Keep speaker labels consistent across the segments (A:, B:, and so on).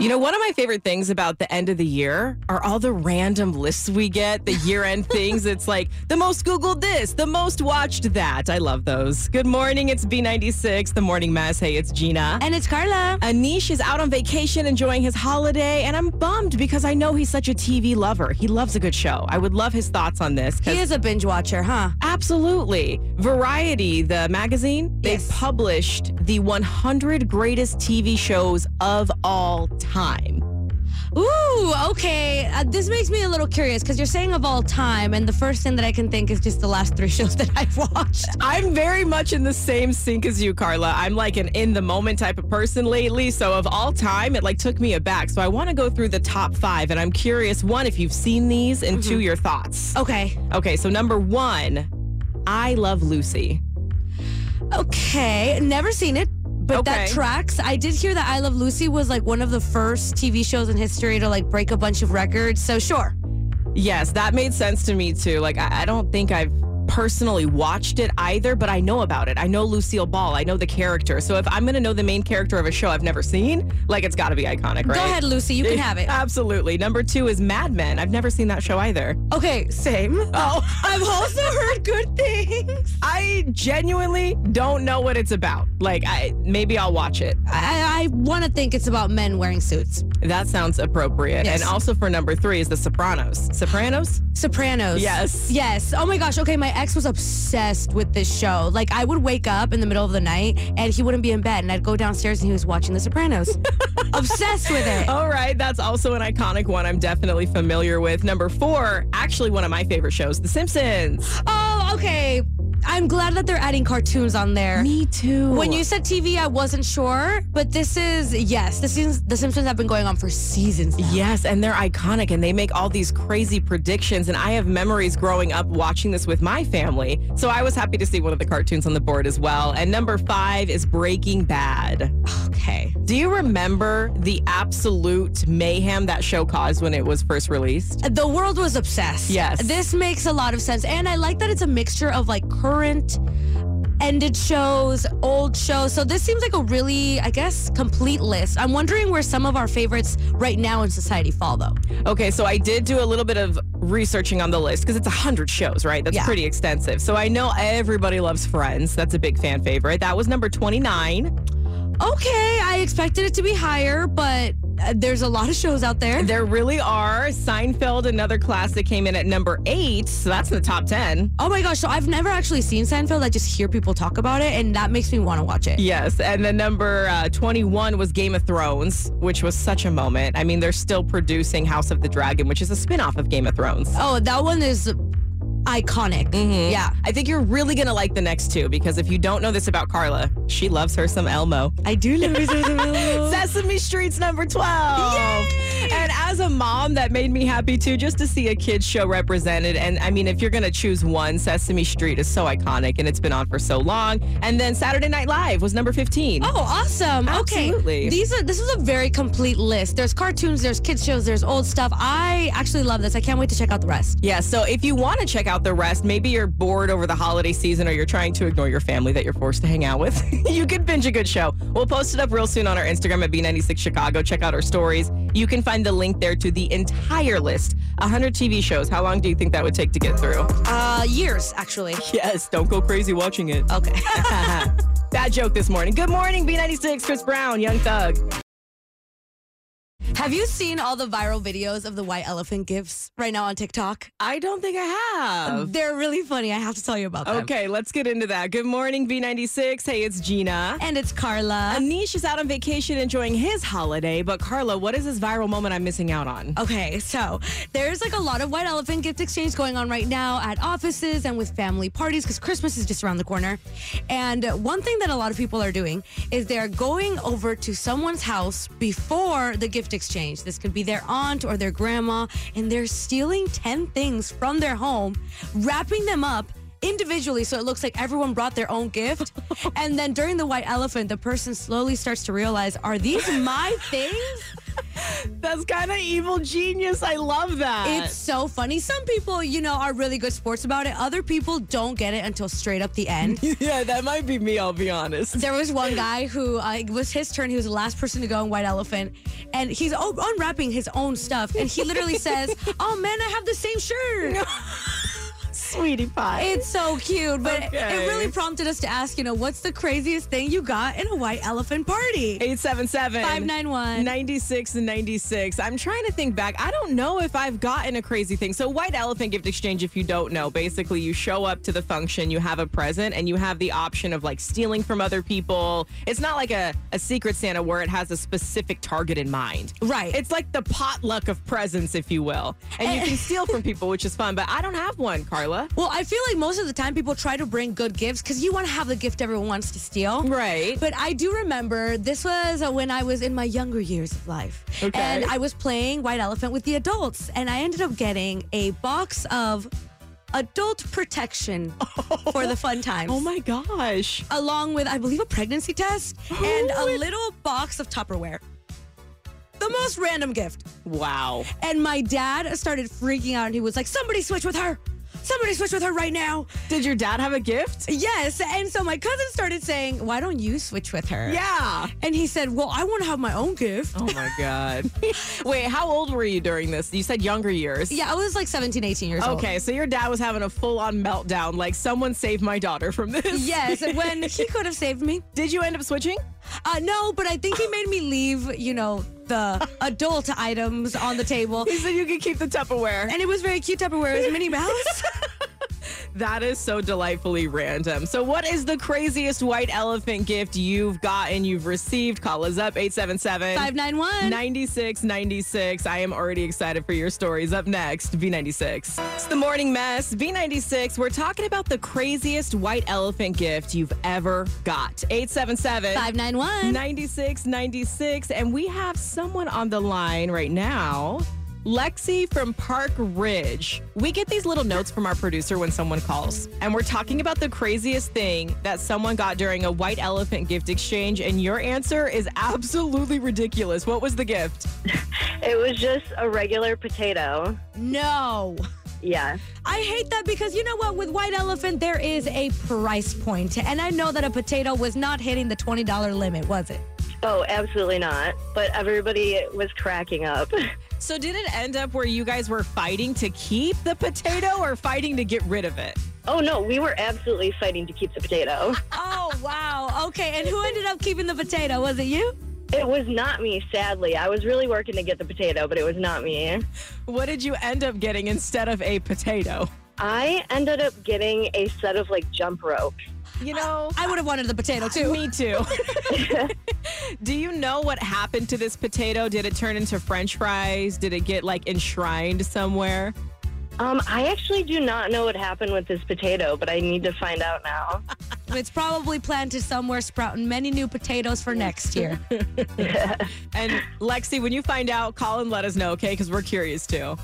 A: You know, one of my favorite things about the end of the year are all the random lists we get, the year end things. It's like the most Googled this, the most watched that. I love those. Good morning. It's B96, the morning mess. Hey, it's Gina.
B: And it's Carla.
A: Anish is out on vacation enjoying his holiday, and I'm bummed because I know he's such a TV lover. He loves a good show. I would love his thoughts on this. 'cause-
B: He is a binge watcher, huh?
A: Absolutely. Variety, the magazine, they
B: Yes.
A: published the 100 greatest TV shows of all time.
B: Ooh, okay. Uh, this makes me a little curious because you're saying of all time, and the first thing that I can think is just the last three shows that I've watched.
A: I'm very much in the same sink as you, Carla. I'm like an in the moment type of person lately. So of all time, it like took me aback. So I want to go through the top five, and I'm curious one if you've seen these, and
B: Mm-hmm.
A: two your thoughts.
B: Okay.
A: Okay, so number one, I love Lucy.
B: Okay. Never seen it, but that
A: Okay.
B: tracks. I did hear that I Love Lucy was like one of the first TV shows in history to like break a bunch of records. So sure.
A: Yes, that made sense to me too. Like, I, I don't think I've personally watched it either, but I know about it. I know Lucille Ball. I know the character. So if I'm going to know the main character of a show I've never seen, like, it's got to be iconic, right?
B: Go ahead, Lucy. You can have it.
A: Absolutely. Number two is Mad Men. I've never seen that show either.
B: Okay. Same.
A: Oh,
B: I've also heard good things.
A: I genuinely don't know what it's about. Like, I maybe I'll watch it.
B: I, I want to think it's about men wearing suits.
A: That sounds appropriate.
B: Yes.
A: And also for number three is The Sopranos. Sopranos?
B: Sopranos.
A: Yes.
B: Yes. Oh my gosh. Okay, my ex was obsessed with this show. Like I would wake up in the middle of the night and he wouldn't be in bed and I'd go downstairs and he was watching The Sopranos. obsessed with it.
A: All right, that's also an iconic one I'm definitely familiar with. Number four, actually one of my favorite shows, The Simpsons.
B: Oh, okay. I'm glad that they're adding cartoons on there.
A: Me too.
B: When you said TV, I wasn't sure, but this is yes. The seasons, The Simpsons have been going on for seasons. Now.
A: Yes, and they're iconic and they make all these crazy predictions. And I have memories growing up watching this with my family. So I was happy to see one of the cartoons on the board as well. And number five is Breaking Bad.
B: Okay.
A: Do you remember the absolute mayhem that show caused when it was first released?
B: The world was obsessed.
A: Yes.
B: This makes a lot of sense. And I like that it's a mixture of like current ended shows, old shows. So this seems like a really, I guess, complete list. I'm wondering where some of our favorites right now in society fall though.
A: Okay, so I did do a little bit of researching on the list because it's 100 shows, right? That's
B: Yeah.
A: pretty extensive. So I know everybody loves Friends. That's a big fan favorite. That was number 29.
B: Okay, I expected it to be higher, but uh, there's a lot of shows out there.
A: There really are. Seinfeld, another class that came in at number eight. So that's in the top 10.
B: Oh my gosh, so I've never actually seen Seinfeld. I just hear people talk about it and that makes me want to watch it.
A: Yes. And then number uh, 21 was Game of Thrones, which was such a moment. I mean, they're still producing House of the Dragon, which is a spin off of Game of Thrones.
B: Oh, that one is iconic. Yeah,
A: I think you're really going to like the next two because if you don't know this about Carla, she loves her some Elmo.
B: I do love it.
A: Sesame Street's number 12. And as a mom, that made me happy too, just to see a kids show represented. And I mean, if you're going to choose one, Sesame Street is so iconic and it's been on for so long. And then Saturday Night Live was number 15.
B: Oh, awesome.
A: Absolutely.
B: Okay. These are this is a very complete list. There's cartoons, there's kids shows, there's old stuff. I actually love this. I can't wait to check out the rest.
A: Yeah, so if you want to check out the rest, maybe you're bored over the holiday season or you're trying to ignore your family that you're forced to hang out with, you can binge a good show. We'll post it up real soon on our Instagram at B96 Chicago. Check out our stories. You can find the link there to the entire list 100 TV shows. How long do you think that would take to get through?
B: Uh years actually.
A: Yes, don't go crazy watching it.
B: Okay.
A: Bad joke this morning. Good morning, B96, Chris Brown, Young Thug.
B: Have you seen all the viral videos of the white elephant gifts right now on TikTok?
A: I don't think I have.
B: They're really funny. I have to tell you about them.
A: Um, Okay, let's get into that. Good morning, B96. Hey, it's Gina.
B: And it's Carla.
A: Anish is out on vacation enjoying his holiday, but Carla, what is this viral moment I'm missing out on?
B: Okay, so there's like a lot of white elephant gift exchange going on right now at offices and with family parties because Christmas is just around the corner. And one thing that a lot of people are doing is they're going over to someone's house before the gift exchange. This could be their aunt or their grandma, and they're stealing 10 things from their home, wrapping them up individually so it looks like everyone brought their own gift and then during the white elephant the person slowly starts to realize are these my things
A: That's kind of evil genius. I love that.
B: It's so funny. Some people, you know, are really good sports about it. Other people don't get it until straight up the end.
A: yeah, that might be me, I'll be honest.
B: There was one guy who uh, it was his turn. He was the last person to go in White Elephant, and he's o- unwrapping his own stuff, and he literally says, "Oh man, I have the same shirt."
A: Sweetie pie.
B: It's so cute, but it-
A: Okay.
B: it really prompted us to ask, you know, what's the craziest thing you got in a White Elephant party?
A: 877
B: 591.
A: 96 and 96. I'm trying to think back. I don't know if I've gotten a crazy thing. So, White Elephant Gift Exchange, if you don't know, basically you show up to the function, you have a present, and you have the option of like stealing from other people. It's not like a, a Secret Santa where it has a specific target in mind.
B: Right.
A: It's like the potluck of presents, if you will. And you can steal from people, which is fun, but I don't have one, Carla.
B: Well, I feel like most of the time people try to bring good gifts because you want to have the gift everyone wants to steal.
A: Right.
B: But I do remember this was uh, when I was in my younger years of life.
A: Okay.
B: And I was playing White Elephant with the adults, and I ended up getting a box of adult protection for the fun times.
A: Oh my gosh.
B: Along with, I believe, a pregnancy test and
A: Oh,
B: a little box of Tupperware. The most random gift.
A: Wow.
B: And my dad started freaking out and he was like, somebody switch with her. Somebody switch with her right now.
A: Did your dad have a gift?
B: Yes. And so my cousin started saying, why don't you switch with her?
A: Yeah.
B: And he said, well, I want to have my own gift.
A: Oh my God. Wait, how old were you during this? You said younger years.
B: Yeah, I was like 17, 18 years old.
A: Okay, so your dad was having a full on meltdown, like, someone save my daughter from this.
B: Yes, when he could have saved me.
A: Did you end up switching?
B: Uh, no, but I think he made me leave, you know, the adult items on the table.
A: He said you could keep the Tupperware.
B: And it was very cute Tupperware. It was Minnie Mouse.
A: That is so delightfully random. So, what is the craziest white elephant gift you've gotten, you've received? Call us up 877
B: 591.
A: 9696. I am already excited for your stories. Up next, V96. It's the morning mess. V96, we're talking about the craziest white elephant gift you've ever got. 877
B: 591.
A: 9696. And we have someone on the line right now. Lexi from Park Ridge. We get these little notes from our producer when someone calls, and we're talking about the craziest thing that someone got during a white elephant gift exchange, and your answer is absolutely ridiculous. What was the gift?
C: It was just a regular potato.
B: No.
C: Yeah.
B: I hate that because you know what? With White Elephant, there is a price point. And I know that a potato was not hitting the $20 limit, was it?
C: Oh, absolutely not. But everybody was cracking up.
A: So, did it end up where you guys were fighting to keep the potato or fighting to get rid of it?
C: Oh, no, we were absolutely fighting to keep the potato.
B: Oh, wow. Okay. And who ended up keeping the potato? Was it you?
C: It was not me, sadly. I was really working to get the potato, but it was not me.
A: What did you end up getting instead of a potato?
C: I ended up getting a set of like jump rope.
A: You know,
B: Oh, I would have wanted the potato too.
A: Me too. Do you know what happened to this potato? Did it turn into french fries? Did it get like enshrined somewhere?
C: Um, I actually do not know what happened with this potato, but I need to find out now.
B: It's probably planted somewhere, sprouting many new potatoes for next year.
A: And Lexi, when you find out, call and let us know, okay? Because we're curious too.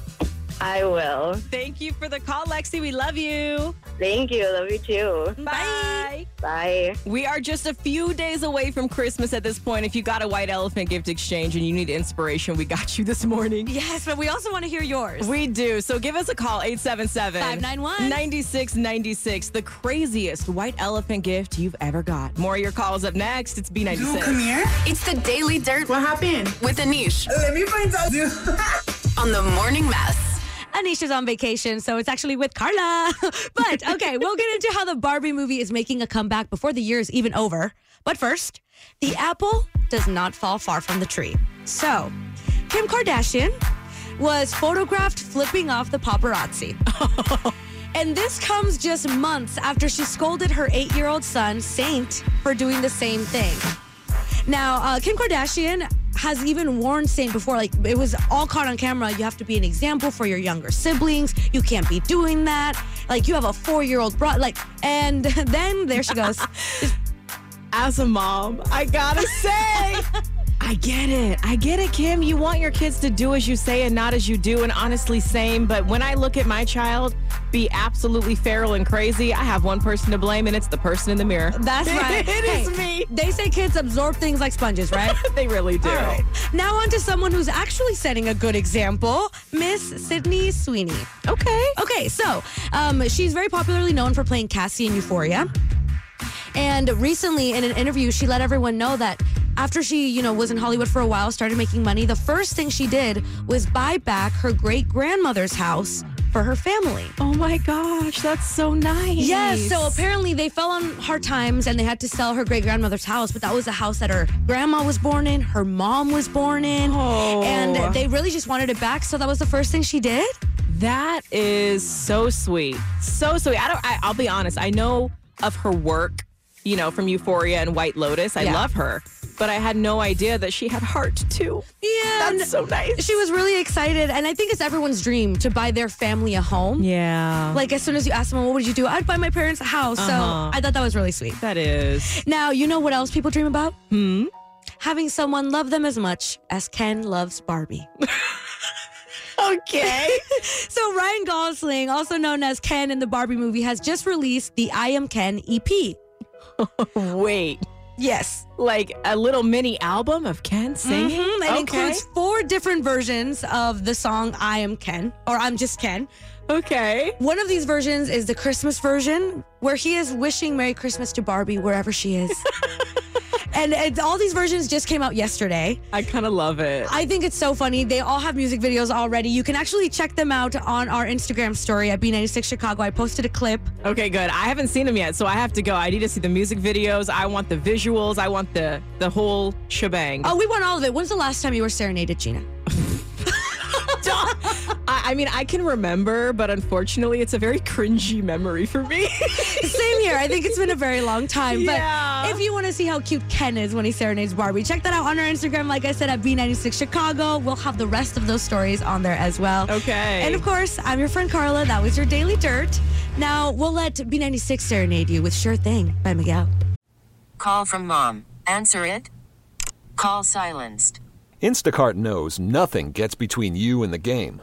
C: I will.
A: Thank you for the call, Lexi. We love you.
C: Thank you. Love you too.
A: Bye.
C: Bye.
A: We are just a few days away from Christmas at this point. If you got a white elephant gift exchange and you need inspiration, we got you this morning.
B: yes, but we also want to hear yours.
A: We do. So give us a call 877
B: 591.
A: 9696. The craziest white elephant gift you've ever got. More of your calls up next. It's
D: Come
A: B96.
D: here.
E: It's the Daily Dirt
D: What happened?
E: with Anish
D: Let me find out.
E: on the Morning Mess.
B: I Anisha's on vacation, so it's actually with Carla. but okay, we'll get into how the Barbie movie is making a comeback before the year is even over. But first, the apple does not fall far from the tree. So, Kim Kardashian was photographed flipping off the paparazzi. And this comes just months after she scolded her eight year old son, Saint, for doing the same thing. Now, uh, Kim Kardashian has even warned Saint before, like, it was all caught on camera. You have to be an example for your younger siblings. You can't be doing that. Like, you have a four year old bro. Like, and then there she goes.
A: As a mom, I gotta say, I get it. I get it, Kim. You want your kids to do as you say and not as you do, and honestly, same. But when I look at my child be absolutely feral and crazy, I have one person to blame, and it's the person in the mirror.
B: That's right.
A: It is me.
B: They say kids absorb things like sponges, right?
A: They really do.
B: All right. Now on to someone who's actually setting a good example, Miss Sydney Sweeney.
A: Okay.
B: Okay, so um, she's very popularly known for playing Cassie in Euphoria. And recently, in an interview, she let everyone know that after she, you know, was in Hollywood for a while, started making money, the first thing she did was buy back her great grandmother's house for her family.
A: Oh my gosh, that's so nice.
B: Yes, so apparently they fell on hard times and they had to sell her great grandmother's house, but that was the house that her grandma was born in, her mom was born in,
A: Oh.
B: and they really just wanted it back. So that was the first thing she did.
A: That is so sweet. So sweet. I don't I, I'll be honest. I know of her work, you know, from Euphoria and White Lotus. I
B: Yeah.
A: love her, but I had no idea that she had heart too.
B: Yeah,
A: That's so nice.
B: she was really excited, and I think it's everyone's dream to buy their family a home.
A: Yeah.
B: Like as soon as you ask them, "What would you do?" I'd buy my parents a house.
A: Uh-huh.
B: So I thought that was really sweet.
A: that is.
B: Now you know what else people dream about? Hmm. Having someone love them as much as Ken loves Barbie.
A: Okay.
B: So Ryan Gosling, also known as Ken in the Barbie movie, has just released the I Am Ken E EP.
A: Wait.
B: Yes.
A: Like a little mini album of Ken singing.
B: It
A: okay.
B: Mm-hmm. includes four different versions of the song I Am Ken or I'm Just Ken.
A: Okay.
B: One of these versions is the Christmas version where he is wishing Merry Christmas to Barbie wherever she is. and it's, all these versions just came out yesterday.
A: I kind of love it.
B: I think it's so funny. They all have music videos already. You can actually check them out on our Instagram story at B96 Chicago. I posted a clip.
A: Okay, good. I haven't seen them yet, so I have to go. I need to see the music videos. I want the visuals. I want the the whole shebang.
B: Oh, we want all of it. When's the last time you were serenaded, Gina?
A: I, I mean, I can remember, but unfortunately, it's a very cringy memory for me.
B: Same here. I think it's been a very long time. But
A: Yeah.
B: if you want to see how cute Ken is when he serenades Barbie, check that out on our Instagram, like I said, at B96 Chicago. We'll have the rest of those stories on there as well.
A: Okay.
B: And of course, I'm your friend Carla. That was your Daily Dirt. Now, we'll let B96 serenade you with Sure Thing by Miguel.
F: Call from mom. Answer it. Call silenced.
G: Instacart knows nothing gets between you and the game.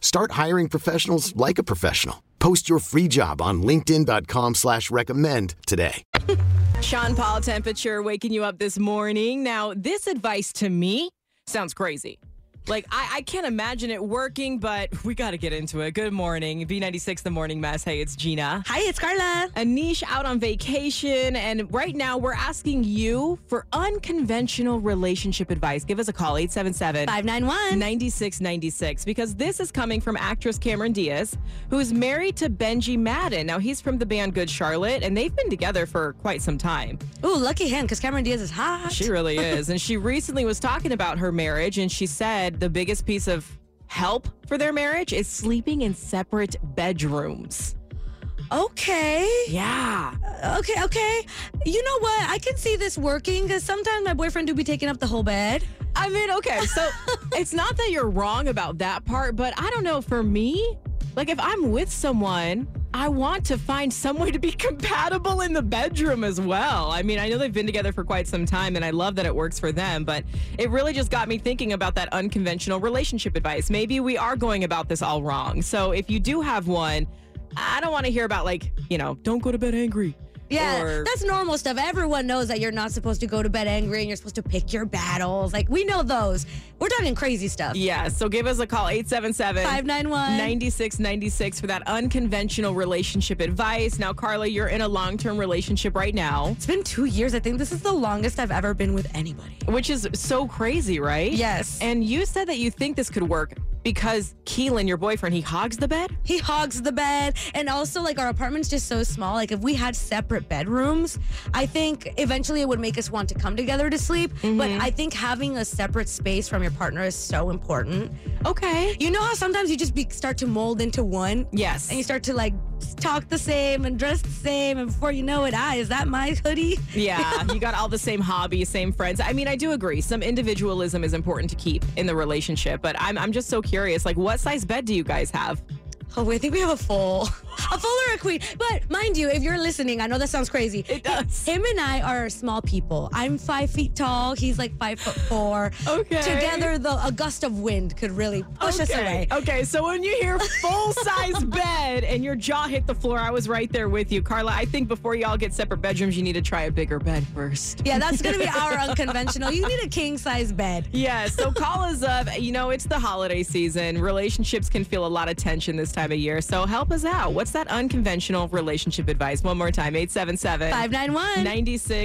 E: Start hiring professionals like a professional. Post your free job on linkedin.com/recommend slash recommend today.
A: Sean Paul temperature waking you up this morning. Now, this advice to me sounds crazy. Like, I, I can't imagine it working, but we got to get into it. Good morning. B96, the morning mess. Hey, it's Gina.
B: Hi, it's Carla.
A: A niche out on vacation. And right now, we're asking you for unconventional relationship advice. Give us a call, 877
B: 591.
A: 9696 because this is coming from actress Cameron Diaz, who's married to Benji Madden. Now, he's from the band Good Charlotte, and they've been together for quite some time.
B: Ooh, lucky him, because Cameron Diaz is hot.
A: She really is. and she recently was talking about her marriage, and she said the biggest piece of help for their marriage is sleeping in separate bedrooms.
B: okay.
A: Yeah.
B: Okay, okay. You know what? I can see this working because sometimes my boyfriend do be taking up the whole bed.
A: I mean, okay, so it's not that you're wrong about that part, but I don't know. For me, like if I'm with someone, I want to find some way to be compatible in the bedroom as well. I mean, I know they've been together for quite some time and I love that it works for them, but it really just got me thinking about that unconventional relationship advice. Maybe we are going about this all wrong. So if you do have one, I don't want to hear about, like, you know, don't go to bed angry.
B: Yeah,
A: or-
B: that's normal stuff. Everyone knows that you're not supposed to go to bed angry and you're supposed to pick your battles. Like, we know those. We're talking crazy stuff.
A: Yeah, so give us a call 877
B: 591.
A: 9696 for that unconventional relationship advice. Now, Carla, you're in a long term relationship right now,
B: It's been two years. I think this is the longest I've ever been with anybody.
A: which is so crazy, right?
B: Yes.
A: And you said that you think this could work because Keelan, your boyfriend, he hogs the bed?
B: He hogs the bed. And also, like, our apartment's just so small. Like, if we had separate bedrooms, I think eventually it would make us want to come together to sleep. But I think having a separate space from your partner is so important.
A: Okay.
B: You know how sometimes you just be, start to mold into one?
A: Yes.
B: And you start to, like, talk the same and dress the same. And before you know it, I, is that my hoodie?
A: Yeah, you got all the same hobbies, same friends. I mean, I do agree. Some individualism is important to keep in the relationship, but I'm, I'm just so curious. Like, what size bed do you guys have?
B: Oh, wait, I think we have a full. A full or a queen. But mind you, if you're listening, I know that sounds crazy. It
A: does.
B: Him and I are small people. I'm five feet tall. He's like five foot four.
A: Okay.
B: Together, the a gust of wind could really push us away.
A: Okay, so when you hear full size bed and your jaw hit the floor, I was right there with you. Carla, I think before y'all get separate bedrooms, you need to try a bigger bed first.
B: Yeah, that's gonna be our unconventional. You need a king size bed.
A: Yeah, so call us up. You know, it's the holiday season. Relationships can feel a lot of tension this time of year. So help us out. What's that unconventional relationship advice? One more time 877
B: Five nine one.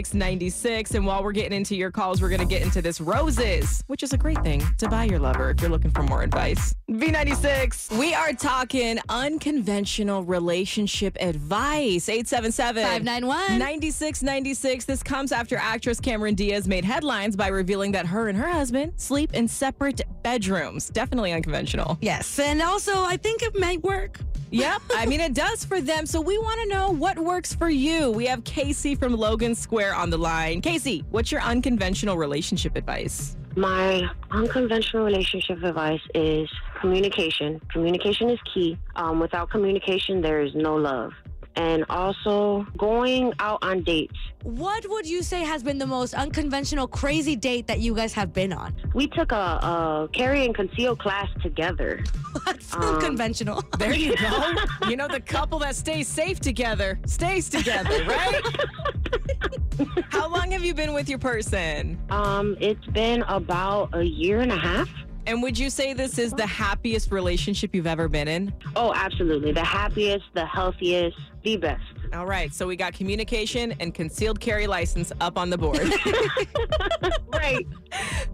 A: 9696. And while we're getting into your calls, we're going to get into this roses, which is a great thing to buy your lover if you're looking for more advice. V96. We are talking unconventional relationship advice. 877
B: 591.
A: 9696. This comes after actress Cameron Diaz made headlines by revealing that her and her husband sleep in separate bedrooms. Definitely unconventional.
B: Yes, and also I think it might work.
A: Yep. I mean, it does for them. So we want to know what works for you. We have Casey from Logan Square on the line. Casey, what's your unconventional relationship advice?
C: My unconventional relationship advice is communication. Communication is key. Um, without communication, there is no love. And also going out on dates.
B: What would you say has been the most unconventional, crazy date that you guys have been on?
C: We took a, a carry and conceal class together.
B: That's unconventional.
A: There you go. you know, the couple that stays safe together stays together, right? How long have you been with your person?
C: Um, it's been about a year and a half.
A: And would you say this is the happiest relationship you've ever been in?
C: Oh, absolutely. The happiest, the healthiest, the best.
A: All right. So we got communication and concealed carry license up on the board.
C: Right.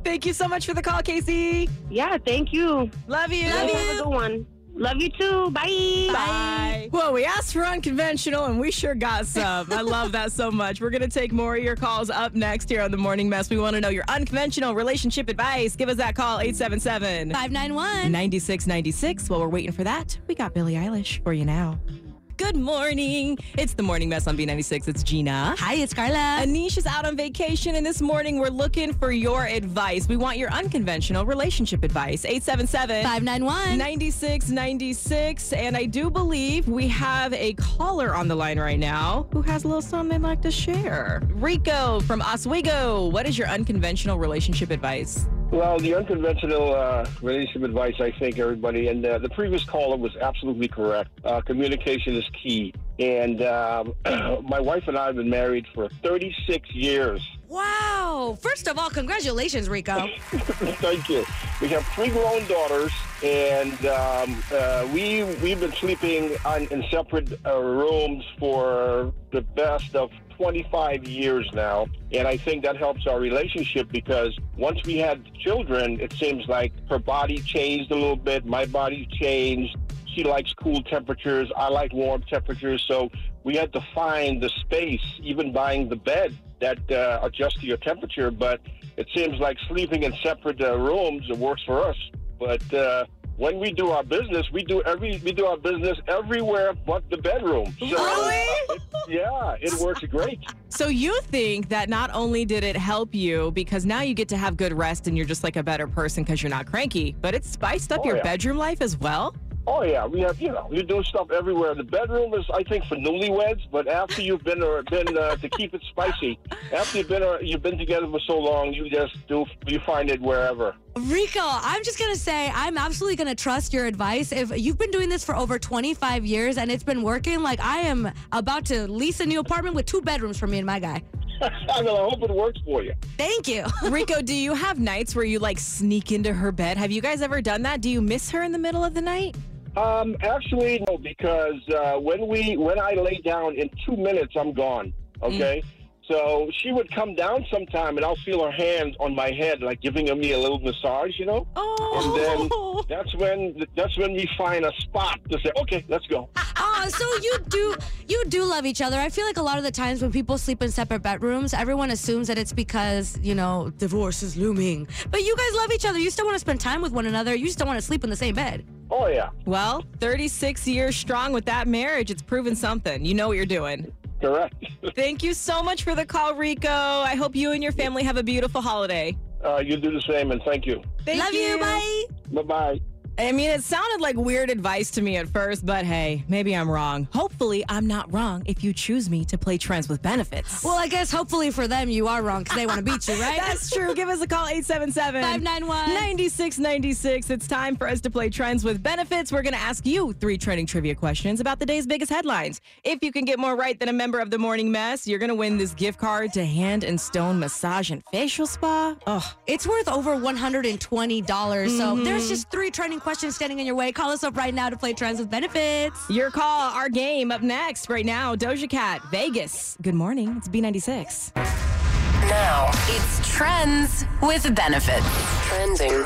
A: Thank you so much for the call, Casey.
C: yeah, thank you.
A: Love you.
C: Love Have a good one. Love you too. Bye.
A: Bye. Well, we asked for unconventional and we sure got some. I love that so much. We're going to take more of your calls up next here on The Morning Mess. We want to know your unconventional relationship advice. Give us that call 877
B: Five nine one.
A: 9696. While we're waiting for that, we got Billie Eilish for you now. Good morning. It's The Morning Mess on B96. It's Gina.
B: Hi, it's Carla.
A: Anish is out on vacation, and this morning we're looking for your advice. We want your unconventional relationship advice. 877
B: Five nine one.
A: 96 96 and i do believe we have a caller on the line right now who has a little something they'd like to share rico from oswego what is your unconventional relationship advice
H: Well, the unconventional uh, relationship advice, I think everybody, and uh, the previous caller was absolutely correct. Uh, communication is key. and um, my wife and I have been married for 36 years.
B: Wow. First of all, congratulations, Rico.
H: Thank you. We have three grown daughters, and um, uh, we we've been sleeping on, in separate uh, rooms for the best of 25 years now, and I think that helps our relationship because once we had children, it seems like her body changed a little bit, my body changed. She likes cool temperatures. I like warm temperatures. So we had to find the space, even buying the bed that uh, adjusts to your temperature. But it seems like sleeping in separate uh, rooms it works for us. But uh, when we do our business, we do every we do our business everywhere but the bedroom. So,
A: Really?
H: yeah, it works great.
A: So you think that not only did it help you because now you get to have good rest and you're just like a better person because you're not cranky, but it spiced up
H: Oh,
A: your
H: yeah.
A: bedroom life as well?
H: Oh yeah, we have you know you do stuff everywhere. The bedroom is I think for newlyweds, but after you've been or been uh, to keep it spicy, after you've been or you've been together for so long, you just do you find it wherever.
B: Rico, I'm just going to say I'm absolutely going to trust your advice. If you've been doing this for over 25 years and it's been working, like I am about to lease a new apartment with two bedrooms for me and my guy.
H: I mean, I hope it works for you.
B: Thank you.
A: Rico, do you have nights where you like sneak into her bed? Have you guys ever done that? Do you miss her in the middle of the night?
H: Um, actually, no, because uh, when we when I lay down in two minutes, I'm gone. Okay, so she would come down sometime, and I'll feel her hand on my head, like giving me a little massage, you know.
A: Oh.
H: And then that's when that's when we find a spot to say, okay, let's go.
B: Ah, so you do you do love each other. I feel like a lot of the times when people sleep in separate bedrooms, everyone assumes that it's because, you know, divorce is looming. But you guys love each other. You still want to spend time with one another. You just don't want to sleep in the same bed.
H: Oh yeah,
A: Well, 36 years strong with that marriage, it's proven something. You know what you're doing.
H: correct.
A: Thank you so much for the call, Rico. I hope you and your family have a beautiful holiday.
H: uh, you do the same, and thank you.
A: Thank
B: love you. Bye.
H: Bye bye.
A: I mean, it sounded like weird advice to me at first, but hey, maybe I'm wrong. Hopefully, I'm not wrong if you choose me to play Trends with Benefits.
B: Well, I guess hopefully for them you are wrong because they want to beat you, right?
A: that's true. Give us a call 877
B: 591.
A: 9696. It's time for us to play Trends with Benefits. We're going to ask you three trending trivia questions about the day's biggest headlines. If you can get more right than a member of the Morning Mess, you're going to win this gift card to Hand and Stone Massage and Facial Spa. Oh,
B: It's worth over $120. dollars So there's just three trending questions standing in your way. Call us up right now to play Trends with Benefits.
A: your call, our game up next right now. Doja Cat, Vegas. Good morning. It's B96.
I: Now it's Trends with Benefits. Trending.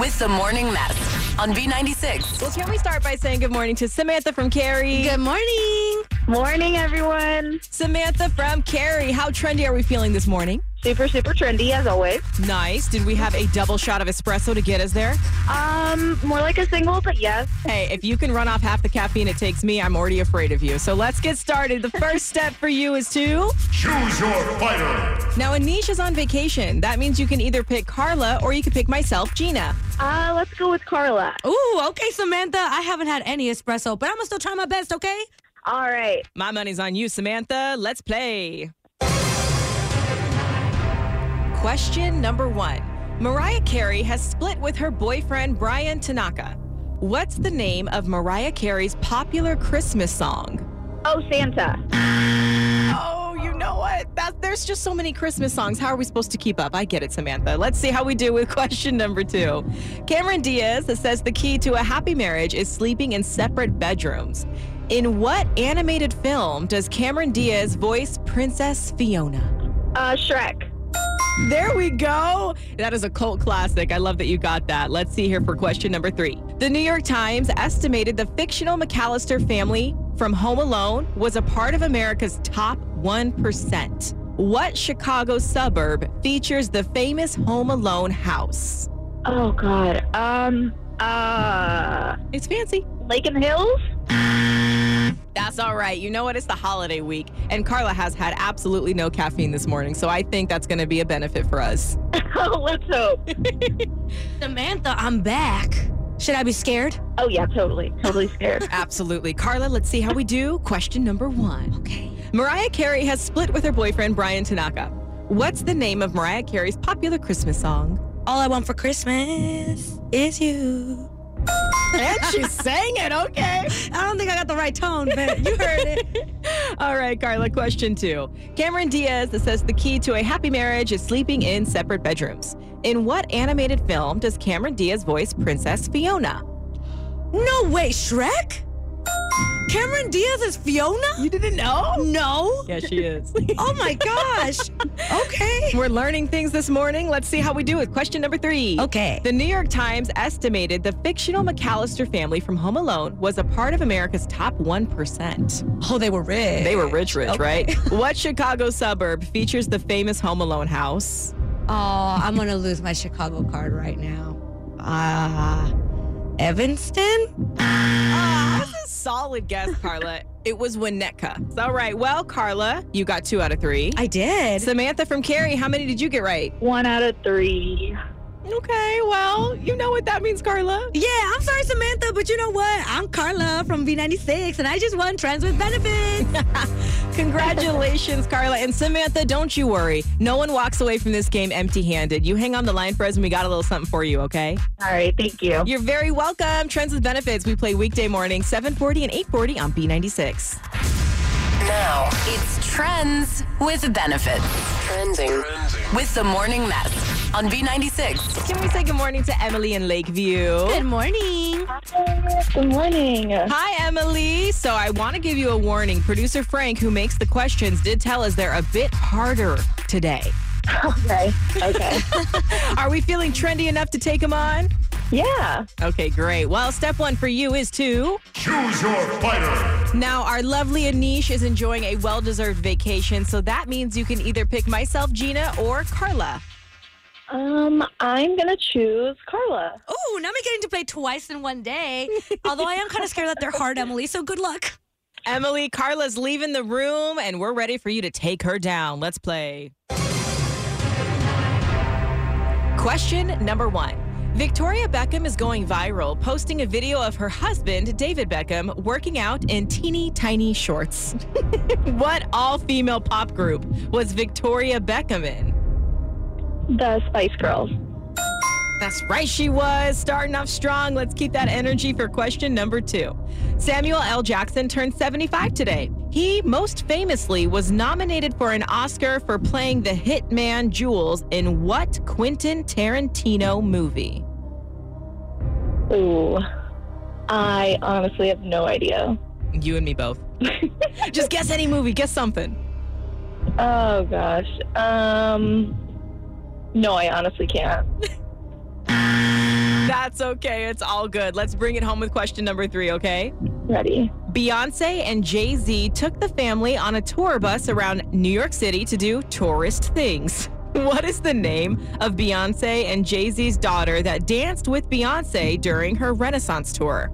I: With the Morning Mess on B96.
A: Well, can we start by saying good morning to Samantha from Carrie?
B: Good morning.
C: Morning, everyone.
A: Samantha from Carrie. How trendy are we feeling this morning?
C: Super, super trendy as always.
A: Nice. Did we have a double shot of espresso to get us there?
C: Um, more like a single, but yes.
A: Hey, if you can run off half the caffeine it takes me, I'm already afraid of you. So let's get started. The first step for you is to.
J: Choose your fighter.
A: Now, Anish is on vacation. That means you can either pick Carla or you can pick myself, Gina.
C: Uh, let's go with Carla.
A: Oh.
B: Ooh, okay, Samantha. I haven't had any espresso, but I'm going to still try my best, okay?
C: All right.
A: My money's on you, Samantha. Let's play. Question number one Mariah Carey has split with her boyfriend, Brian Tanaka. What's the name of Mariah Carey's popular Christmas song?
C: Oh, Santa.
A: Oh, you know what? That, there's just so many Christmas songs. How are we supposed to keep up? I get it, Samantha. Let's see how we do with question number two. Cameron Diaz says the key to a happy marriage is sleeping in separate bedrooms. In what animated film does Cameron Diaz voice Princess Fiona?
C: Uh, Shrek.
A: There we go. That is a cult classic. I love that you got that. Let's see here for question number three. The New York Times estimated the fictional McAllister family from Home Alone was a part of America's top 1%. What Chicago suburb features the famous Home Alone house?
C: Oh God. Um. Uh.
A: It's fancy.
C: Lake in the Hills.
A: That's all right. You know what? It's the holiday week, and Carla has had absolutely no caffeine this morning, so I think that's going to be a benefit for us.
C: Oh, let's hope.
B: Samantha, I'm back. Should I be scared?
C: Oh yeah, totally, totally scared.
A: Absolutely. Carla, let's see how we do. Question number one.
B: Okay.
A: Mariah Carey has split with her boyfriend, Brian Tanaka. What's the name of Mariah Carey's popular Christmas song?
B: All I want for Christmas is you.
A: And she's sang it, okay.
B: I don't think I got the right tone, but you heard it.
A: All right, Carla, question two. Cameron Diaz that says the key to a happy marriage is sleeping in separate bedrooms. In what animated film does Cameron Diaz voice Princess Fiona?
B: No way, Shrek? Cameron Diaz is Fiona?
A: You didn't know?
B: No.
A: Yeah, she is.
B: Oh my gosh. Okay.
A: We're learning things this morning. Let's see how we do with question number three.
B: Okay.
A: The New York Times estimated the fictional McAllister family from Home Alone was a part of America's top 1%.
B: Oh, they were rich.
A: They were rich, rich,
B: Okay.
A: right? what Chicago suburb features the famous Home Alone house?
B: Oh, I'm gonna lose my Chicago card right now. Ah, Evanston.
A: Ah, that's a solid guess, Carla. it was Winnetka. All right. Well, Carla, you got two out of three.
B: I did.
A: Samantha from Cary, how many did you get right?
C: One out of three.
A: Okay, well, you know what that means, Carla.
B: yeah, I'm sorry, Samantha, but you know what? I'm Carla from V96, and I just won Trends with Benefits.
A: Congratulations, Carla. And Samantha, don't you worry. No one walks away from this game empty handed. You hang on the line for us, and we got a little something for you, okay?
C: All right, thank you.
A: You're very welcome. Trends with Benefits. We play weekday morning, 740 and 840 on B96.
I: Now it's Trends with Benefits. Trending. With the Morning Mess on B96.
A: Can we say good morning to Emily in Lakeview?
B: Good morning.
C: Good morning.
A: Hi, Emily. So I want to give you a warning. Producer Frank, who makes the questions, did tell us they're a bit harder today.
C: Okay. Okay.
A: Are we feeling trendy enough to take them on?
C: yeah.
A: Okay, great. Well, step one for you is to.
J: Choose your fighter.
A: Now, our lovely Anish is enjoying a well deserved vacation, so that means you can either pick myself, Gina, or Carla.
C: Um, I'm gonna choose Carla.
B: Oh, now I'm getting to play twice in one day. Although I am kind of scared that they're hard, Emily. So good luck.
A: Emily, Carla's leaving the room, and we're ready for you to take her down. Let's play. Question number one Victoria Beckham is going viral, posting a video of her husband, David Beckham, working out in teeny tiny shorts. what all female pop group was Victoria Beckham in?
C: The Spice Girls.
A: That's right, she was. Starting off strong. Let's keep that energy for question number two. Samuel L. Jackson turned 75 today. He most famously was nominated for an Oscar for playing the hitman Jules in what Quentin Tarantino movie?
C: Ooh. I honestly have no idea.
A: You and me both. Just guess any movie, guess something.
C: Oh gosh. Um no, I honestly can't.
A: That's okay, it's all good. Let's bring it home with question number three, okay?
C: Ready.
A: Beyonce and Jay Z took the family on a tour bus around New York City to do tourist things. What is the name of Beyonce and Jay Z's daughter that danced with Beyonce during her Renaissance tour?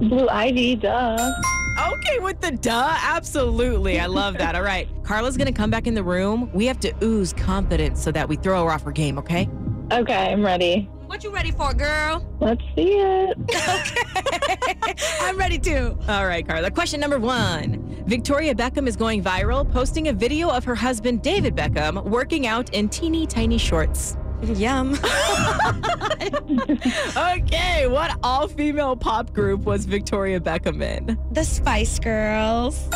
C: Blue Ivy, duh.
A: Okay, with the duh, absolutely. I love that. All right. Carla's going to come back in the room. We have to ooze confidence so that we throw her off her game, okay?
C: Okay, I'm ready.
B: What you ready for, girl?
C: Let's see it.
B: I'm ready too.
A: All right, Carla. Question number one Victoria Beckham is going viral, posting a video of her husband, David Beckham, working out in teeny tiny shorts.
B: Yum.
A: Okay, what all female pop group was Victoria Beckham in?
B: The Spice Girls.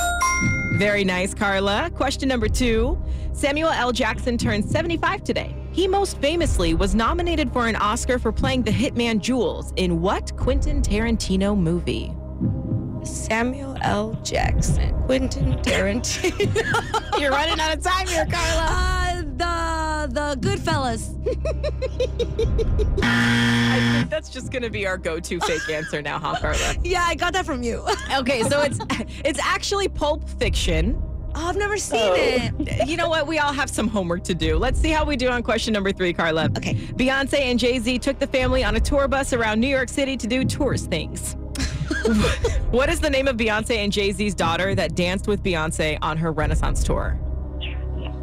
A: Very nice, Carla. Question number two Samuel L. Jackson turned 75 today. He most famously was nominated for an Oscar for playing the hitman Jules in what Quentin Tarantino movie?
B: Samuel L. Jackson. Quentin Tarantino.
A: You're running out of time here, Carla.
B: uh, the the Goodfellas.
A: I think that's just going to be our go to fake answer now, huh, Carla?
B: Yeah, I got that from you.
A: Okay, so it's it's actually Pulp Fiction.
B: Oh, I've never seen
C: Oh.
B: it.
A: You know what? We all have some homework to do. Let's see how we do on question number three, Carla.
B: Okay.
A: Beyonce and Jay Z took the family on a tour bus around New York City to do tourist things. what is the name of Beyonce and Jay Z's daughter that danced with Beyonce on her Renaissance tour?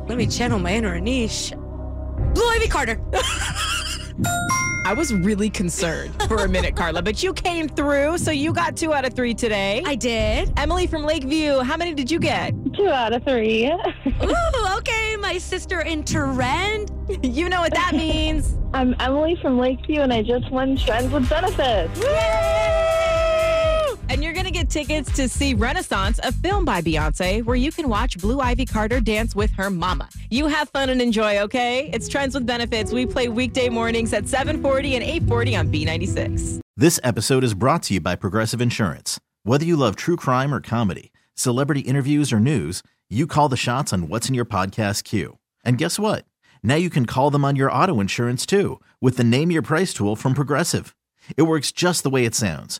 B: Let me channel my inner niche. Blue Ivy Carter.
A: I was really concerned for a minute, Carla, but you came through, so you got two out of three today.
B: I did.
A: Emily from Lakeview, how many did you get?
C: Two out of three.
B: Ooh, okay. My sister in Tarend.
A: You know what that means.
C: I'm Emily from Lakeview and I just won Trends with Benefits.
A: Yay! get tickets to see Renaissance, a film by Beyonce, where you can watch Blue Ivy Carter dance with her mama. You have fun and enjoy, okay? It's Trends with Benefits. We play weekday mornings at 740 and 840 on B96.
K: This episode is brought to you by Progressive Insurance. Whether you love true crime or comedy, celebrity interviews or news, you call the shots on what's in your podcast queue. And guess what? Now you can call them on your auto insurance too with the Name Your Price tool from Progressive. It works just the way it sounds.